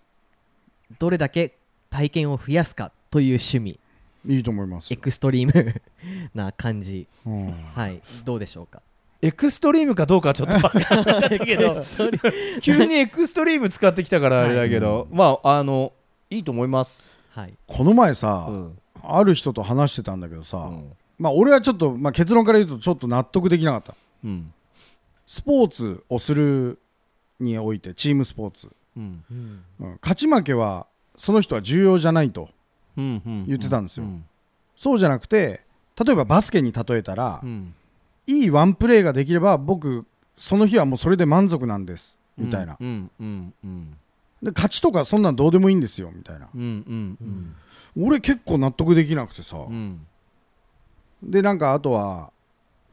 Speaker 2: どれだけ体験を増やすかという趣味。
Speaker 4: いいと思います
Speaker 2: エ、クストリーム な感じ。
Speaker 4: うん
Speaker 2: はい。どうでしょう か。
Speaker 3: エクストリームかどうかはちょっとわからないけど 急にエクストリーム使ってきたからあれだけど、まああのいいと思います。
Speaker 2: はい。
Speaker 4: この前さ、
Speaker 3: うん
Speaker 4: ある人と話してたんだけどさ、
Speaker 3: ん
Speaker 4: まあ俺はちょっと、まあ、結論から言うとちょっと納得できなかった
Speaker 3: うん
Speaker 4: スポーツをするにおいてチームスポーツ、
Speaker 3: うん
Speaker 4: うん勝ち負けはその人は重要じゃないと
Speaker 3: うんうん
Speaker 4: 言ってたんですよ、
Speaker 3: うん
Speaker 4: そうじゃなくて例えばバスケに例えたら、
Speaker 3: うん
Speaker 4: いいワンプレーができれば僕その日はもうそれで満足なんですみたいな、
Speaker 3: うんうんうん
Speaker 4: で勝ちとかそんなんどうでもいいんですよみたいな
Speaker 3: うんうんうん
Speaker 4: 俺結構納得できなくてさ、
Speaker 3: うん
Speaker 4: でなんかあとは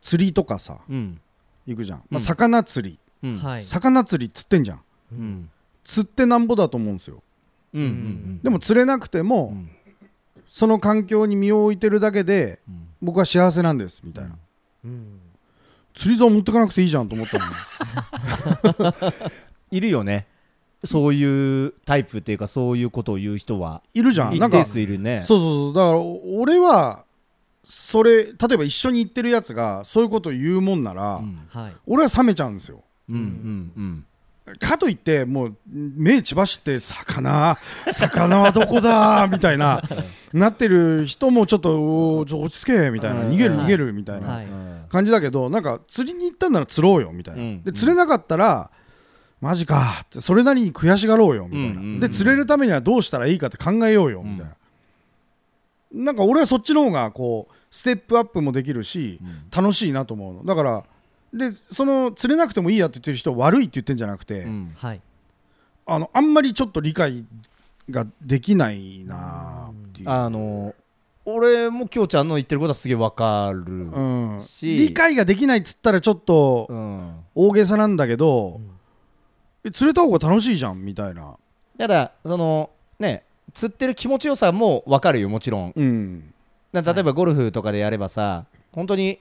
Speaker 4: 釣りとかさ
Speaker 3: うん
Speaker 4: 行くじゃん、
Speaker 3: う
Speaker 4: まあ、
Speaker 3: ん
Speaker 4: 魚釣り、
Speaker 3: うん
Speaker 2: はい
Speaker 4: 魚釣り釣ってんじゃん
Speaker 3: うん
Speaker 4: 釣ってなんぼだと思うんですよ
Speaker 3: うんうん
Speaker 4: でも釣れなくても、
Speaker 3: ん
Speaker 4: その環境に身を置いてるだけで、
Speaker 3: ん
Speaker 4: 僕は幸せなんですみたいな、釣り竿持ってかなくていいじゃんと思ったのに
Speaker 3: いるよねそういうタイプっていうかそういうことを言う人 はい
Speaker 4: るじゃんな
Speaker 3: 一
Speaker 4: ん
Speaker 3: 定
Speaker 4: かそう
Speaker 3: 数いるね
Speaker 4: そうそうだからお俺はそれ例えば一緒に行ってるやつがそういうことを言うもんなら、
Speaker 3: うん
Speaker 2: はい
Speaker 4: 俺は冷めちゃうんですよ
Speaker 3: うんうん
Speaker 4: かといってもう目血ばして魚魚はどこだみた いななってる人もちょっとおーちょ落ち着けみたいな
Speaker 3: うん
Speaker 4: 逃げる
Speaker 2: はい
Speaker 4: 逃げるみたい
Speaker 2: は
Speaker 4: ない
Speaker 3: うん
Speaker 4: 感じだけどなんか釣りに行ったんなら釣ろうよみたいな、
Speaker 3: うん
Speaker 4: で釣れなかったらマジかってそれなりに悔しがろうよみたいな、
Speaker 3: うんうんうん
Speaker 4: で釣れるためにはどうしたらいいかって考えようよみたいな、なんか俺はそっちの方がこうステップアップもできるし、
Speaker 3: ん
Speaker 4: 楽しいなと思うのだからでその釣れなくてもいいやって言ってる人は悪いって言ってんじゃなくて、
Speaker 3: うん
Speaker 2: はい
Speaker 4: あのあんまりちょっと理解ができないなっていう、
Speaker 3: あの俺もきょうちゃんの言ってることはすげえわかる
Speaker 4: うん、
Speaker 3: し
Speaker 4: 理解ができないっつったらちょっと
Speaker 3: うん
Speaker 4: 大げさなんだけど、え釣れた方が楽しいじゃんみたいな、
Speaker 3: ただそのね釣ってる気持ちよさもわかるよもちろん
Speaker 4: うん、
Speaker 3: な例えばゴルフとかでやればさ本当に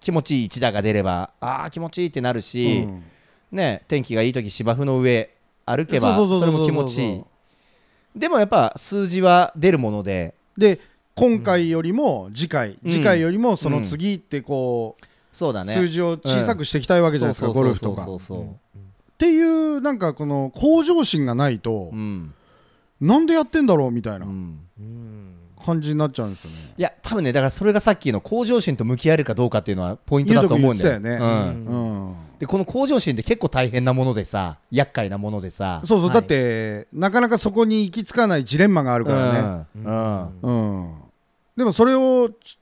Speaker 3: 気持ちいい一打が出ればああ気持ちいいってなるし、
Speaker 4: うん
Speaker 3: ね、天気がいい時芝生の上歩けば
Speaker 4: そうそう
Speaker 3: そ
Speaker 4: そう
Speaker 3: れも
Speaker 4: そうそう
Speaker 3: 気持ちいいでもやっぱ数字は出るもので
Speaker 4: で今回よりも次回、
Speaker 3: うん
Speaker 4: 次回よりもその次ってこ
Speaker 3: そうだ
Speaker 4: う、
Speaker 3: ね
Speaker 4: 数字を小さくしていきたいわけじゃないですか、
Speaker 3: そう
Speaker 4: ゴ
Speaker 3: そう
Speaker 4: ルフ
Speaker 3: そ
Speaker 4: と
Speaker 3: う
Speaker 4: か。っ
Speaker 3: そうそうそう
Speaker 4: ていうなんかこの向上心がないと
Speaker 3: う、ん
Speaker 4: なんでやってんだろうみたい
Speaker 3: うん
Speaker 4: な感じになっちゃうんですよね。
Speaker 3: いや多分ねだからそれがさっきの向上心と向き合えるかどうかっていうのはポイントだと思うんだよ
Speaker 4: 言うとこ言って
Speaker 3: う
Speaker 4: たよ
Speaker 3: ん
Speaker 4: うん
Speaker 3: でこの向上心って結構大変なものでさ厄介なものでさ
Speaker 4: そうそう、
Speaker 2: はい
Speaker 4: だってなかなかそこに行き着かないジレンマがあるからね、
Speaker 3: うんうん
Speaker 4: うんでもそれをち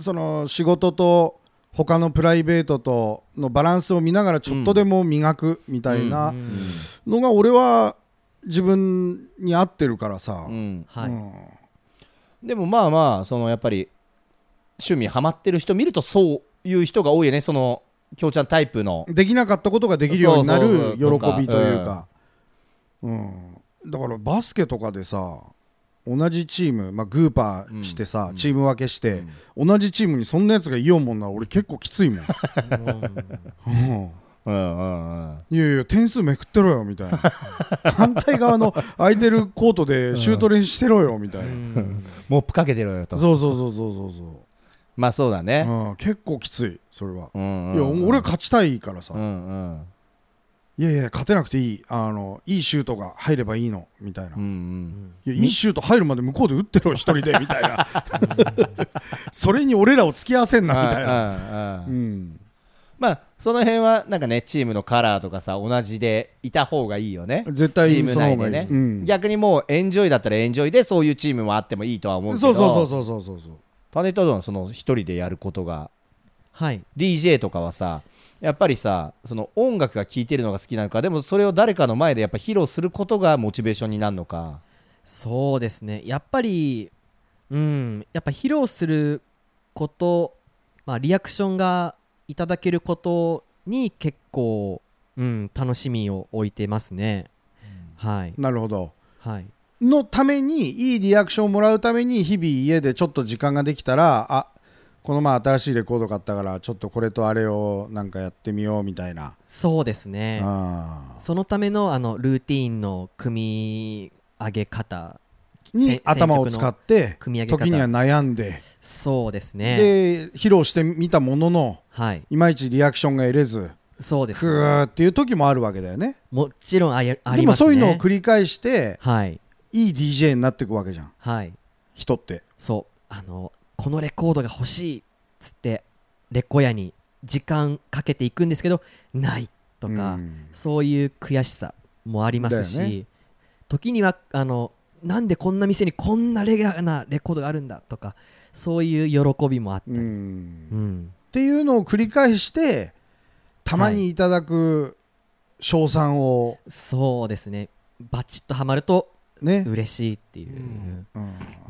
Speaker 4: その仕事と他のプライベートとのバランスを見ながらちょっとでも磨くみたいなのが俺は自分に合ってるからさ、
Speaker 3: うん
Speaker 2: は
Speaker 4: う
Speaker 2: い
Speaker 4: ん
Speaker 3: でもまあまあそのやっぱり趣味ハマってる人見るとそういう人が多いよねその京ちゃんタイプの
Speaker 4: できなかったことができるようにな
Speaker 3: そう
Speaker 4: る喜
Speaker 3: そうそう
Speaker 4: びというか、うんだからバスケとかでさ同じチーム、まあ、グーパーしてさ、チーム分けして、同じチームにそんなやつがいようもんなら俺結構きついもん、
Speaker 3: う
Speaker 4: うん
Speaker 3: んうんうん
Speaker 4: いやいや点数めくってろよみ たいな反対側の空いてるコートでシュート練習してろよみたいな、
Speaker 3: モップかけてろよと
Speaker 4: そうそうそうそうそうそう
Speaker 3: まあそうだね、
Speaker 4: うん、結構きついそれは、
Speaker 3: うん
Speaker 4: いや俺は勝ちたいからさ、
Speaker 3: うんうん
Speaker 4: いやいや勝てなくていいあのいいシュートが入ればいいのみたいな、
Speaker 3: うんうん
Speaker 4: いやいいシュート入るまで向こうで打ってろ一人 でみたいなそれに俺らを付き合わせんなみたいな、
Speaker 3: な
Speaker 4: うん、
Speaker 3: まあその辺はなんかねチームのカラーとかさ同じでいた方がいいよね
Speaker 4: 絶対
Speaker 3: チーム内でね
Speaker 4: その方がいいうん
Speaker 3: 逆にもうエンジョイだったらエンジョイでそういうチームもあってもいいとは思うけど
Speaker 4: そうそうそうそうそうそう
Speaker 3: パネットドンその一人でやることが
Speaker 2: はい
Speaker 3: DJ とかはさやっぱりさその音楽が聴いてるのが好きなのかでもそれを誰かの前でやっぱ披露することがモチベーションになるのか
Speaker 2: そうですねやっぱりうんやっぱ披露すること、まあ、リアクションがいただけることに結構、うん、楽しみを置いてますね、はい
Speaker 4: なるほど
Speaker 2: はい
Speaker 4: のためにいいリアクションをもらうために日々家でちょっと時間ができたらあこの前新しいレコード買ったからちょっとこれとあれをなんかやってみようみたいな、
Speaker 2: そうですね
Speaker 4: あー
Speaker 2: そのためのあのルーティーンの組み上げ方
Speaker 4: に
Speaker 2: せ
Speaker 4: 頭を使って
Speaker 2: 選曲の組み上げ方
Speaker 4: 時には悩んで、
Speaker 2: そうですね
Speaker 4: で披露してみたものの
Speaker 2: はい
Speaker 4: いまいちリアクションが得れず
Speaker 2: そうです
Speaker 4: ふーっていう時もあるわけだよね
Speaker 2: もちろんあやあ
Speaker 4: で
Speaker 2: り
Speaker 4: も
Speaker 2: ます
Speaker 4: そ
Speaker 2: ね
Speaker 4: ういうのを繰り返して
Speaker 2: はい
Speaker 4: いい DJ になっていくわけじゃん
Speaker 2: はい
Speaker 4: 人って
Speaker 2: そうあのこのレコードが欲しいっつってレコヤに時間かけていくんですけどないとか、
Speaker 4: うん
Speaker 2: そういう悔しさもありますし、
Speaker 4: だよね
Speaker 2: 時にはあのなんでこんな店にこんなレガなレコードがあるんだとかそういう喜びもあったり、
Speaker 4: う
Speaker 2: うん
Speaker 4: んっていうのを繰り返してたまにいただく賞賛を
Speaker 2: そうですねバチッとハマると
Speaker 4: ね、
Speaker 2: 嬉しいっていう、
Speaker 3: うん
Speaker 4: う
Speaker 2: う
Speaker 4: ん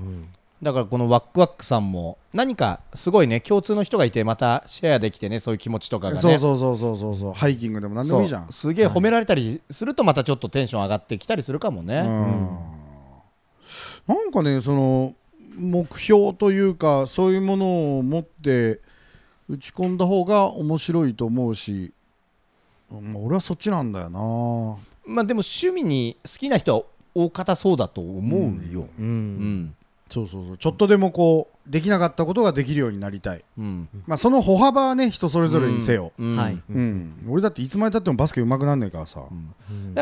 Speaker 2: ん
Speaker 3: だからこのワックワックさんも何かすごいね共通の人がいてまたシェアできてねそういう気持ちとかがね
Speaker 4: そうそうそうそうそうそうハイキングでも何でもいいじゃん
Speaker 3: そうすげえ褒められたりするとまたちょっとテンション上がってきたりするかもね、
Speaker 4: うんなんかねその目標というかそういうものを持って打ち込んだ方が面白いと思うし、うん俺はそっちなんだよな
Speaker 3: まあでも趣味に好きな人は大方そうだと思うよ
Speaker 2: うん
Speaker 3: うん
Speaker 4: そうそうそうちょっとでもこうできなかったことができるようになりたい、
Speaker 3: うん
Speaker 4: まあ、その歩幅はね人それぞれにせよ、
Speaker 3: うん
Speaker 2: はい、
Speaker 4: うん俺だっていつまでたってもバスケ上手くなんねえからさ、
Speaker 3: だか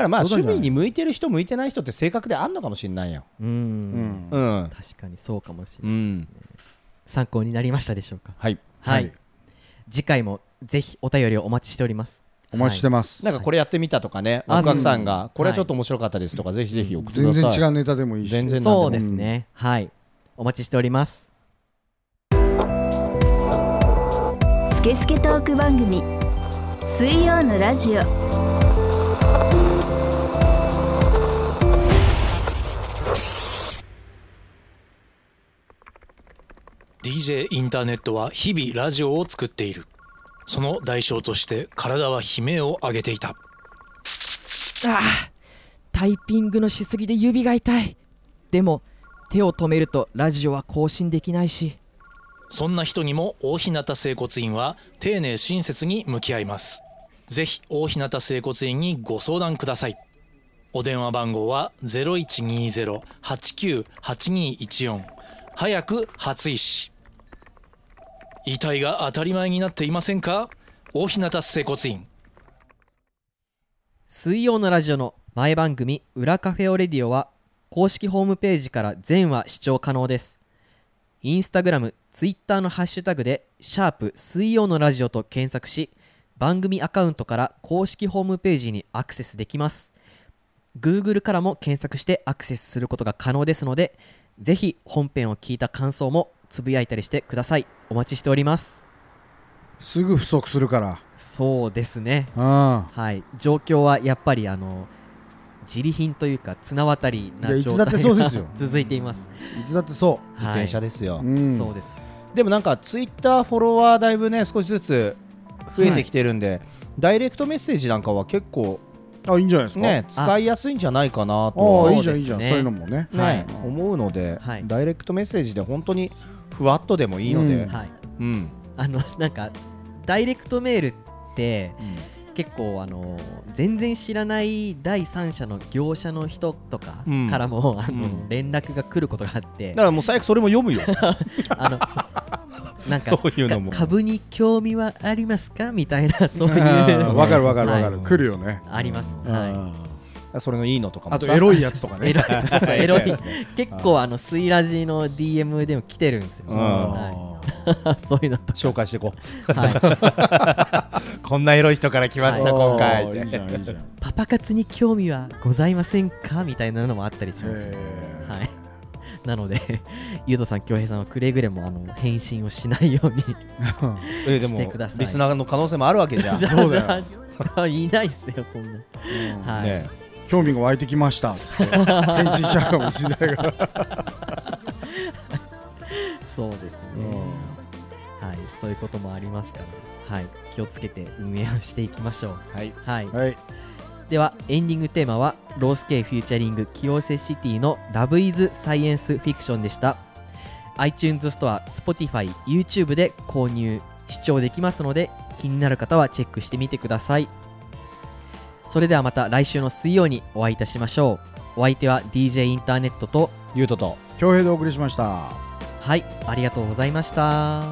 Speaker 3: らまあ
Speaker 4: そうだね
Speaker 3: 趣味に向いてる人向いてない人って性格であんのかもしれないよ
Speaker 2: うん
Speaker 4: うん
Speaker 3: うん
Speaker 2: 確かにそうかもしれな
Speaker 3: う
Speaker 2: い、
Speaker 3: ん
Speaker 2: 参考になりましたでしょうか
Speaker 3: はい
Speaker 2: はい、
Speaker 4: はい
Speaker 2: 次回もぜひお便りをお待ちしております
Speaker 4: お待ちして
Speaker 2: ま
Speaker 4: ます、
Speaker 3: なんかこれやってみたとかね
Speaker 2: はい
Speaker 3: ワクワクさん
Speaker 2: うん
Speaker 3: がこれはちょっと面白かったですとかぜひぜひ送ってく
Speaker 4: 全
Speaker 3: ださい
Speaker 4: 然違うネタでもいいし
Speaker 3: 全然
Speaker 2: そうですね、はいお待ちしております
Speaker 1: スケスケトーク番組水曜のラジオ
Speaker 5: 「DJ インターネット」は日々ラジオを作っているその代償として体は悲鳴を上げていた
Speaker 2: タイピングのしすぎで指が痛いでも手を止めるとラジオは更新できないし
Speaker 5: そんな人にも大日向整骨院は丁寧親切に向き合います。ぜひ大日向整骨院にご相談ください。お電話番号は0120-89-8214早く初医師。遺体が当たり前になっていませんか大日向整骨院。
Speaker 2: 水曜のラジオの前番組「裏カフェオレディオ」は公式ホームページから全話視聴可能ですインスタグラムツイッターのハッシュタグで「シャープ水曜のラジオ」と検索し番組アカウントから公式ホームページにアクセスできます Google からも検索してアクセスすることが可能ですのでぜひ本編を聞いた感想もつぶやいたりしてくださいお待ちしております
Speaker 4: すぐ不足するから
Speaker 2: そうですね
Speaker 4: うん
Speaker 2: はい、状況はやっぱりあの自利品というか綱渡り
Speaker 4: いや
Speaker 2: ない
Speaker 4: つ
Speaker 2: 状
Speaker 4: だって
Speaker 2: 態
Speaker 4: そうですよ
Speaker 2: が 続いています。
Speaker 4: いつだってそ
Speaker 3: 自転車
Speaker 2: で、
Speaker 3: ですよ
Speaker 4: う、うん
Speaker 2: そうです。
Speaker 3: でもなんかツイッターフォロワーだいぶね少しずつ増えてきてるんで、ダイレクトメッセージなんかは結構
Speaker 4: あいいんじゃないですか
Speaker 3: ね使いやすいんじゃないかな
Speaker 4: あ
Speaker 3: と
Speaker 4: あ、
Speaker 2: そう
Speaker 4: いいじゃんい
Speaker 2: ですね
Speaker 4: いじゃんそういうのも ね
Speaker 3: ね、
Speaker 2: はい
Speaker 3: 思うので、
Speaker 2: はい
Speaker 3: ダイレクトメッセージで本当にふわっとでもいいので、
Speaker 2: はい、
Speaker 3: うん
Speaker 2: あのなんかダイレクトメールって結構あの全然知らない第三者の業者の人とか
Speaker 3: うん
Speaker 2: からも、あの
Speaker 3: うん
Speaker 2: 連絡が来ることがあって
Speaker 3: だか、らもう最悪それも読む よ
Speaker 2: あのなんか
Speaker 3: そういうのも
Speaker 2: か株に興味はありますかみたい なそういう
Speaker 4: ああわかるわかる
Speaker 2: は
Speaker 4: わ
Speaker 2: い
Speaker 4: かる来るよね
Speaker 2: あります。はい。
Speaker 3: はい、それのいいのとかも
Speaker 4: あと
Speaker 3: さ
Speaker 4: エロいやつとか
Speaker 2: エ
Speaker 4: ね
Speaker 2: ロい そうそうエロい結構あのスイラジの DM でも来てるんですよ、
Speaker 3: うん
Speaker 2: は
Speaker 4: あ
Speaker 2: い、 そういうのと、
Speaker 3: 紹介していこう
Speaker 2: はい、
Speaker 3: こんなエロい人から来ました、
Speaker 4: あ
Speaker 3: 今回
Speaker 4: いいじゃんいいじゃん
Speaker 2: パパ活に興味はございませんかみたいなのもあったりします、
Speaker 4: え
Speaker 2: はい、 なので ゆうとさん恭平さんはくれぐれもあの返信をしないように
Speaker 3: えで
Speaker 2: して
Speaker 3: も
Speaker 2: ください
Speaker 3: リスナーの可能性もあるわけじゃん
Speaker 2: じゃあ
Speaker 4: そうだよ
Speaker 2: じ ゃあいないっすよそんな、はい
Speaker 3: ね
Speaker 4: ー興味が湧いてきましたつ って返信しちゃうかもしれないから
Speaker 2: そうですね、はい、そういうこともありますから、はい、気をつけて運営をしていきましょう
Speaker 3: はい
Speaker 2: はい
Speaker 4: はい
Speaker 2: ではエンディングテーマはロースケフューチャリング清瀬シティの「ラブイズサイエンスフィクションでした iTunes ストア Spotify、YouTube で購入視聴できますので気になる方はチェックしてみてくださいそれではまた来週の水曜にお会いいたしましょうお相手は DJ インターネットと
Speaker 3: ゆうとと
Speaker 4: 恭平でお送りしました
Speaker 2: はいありがとうございました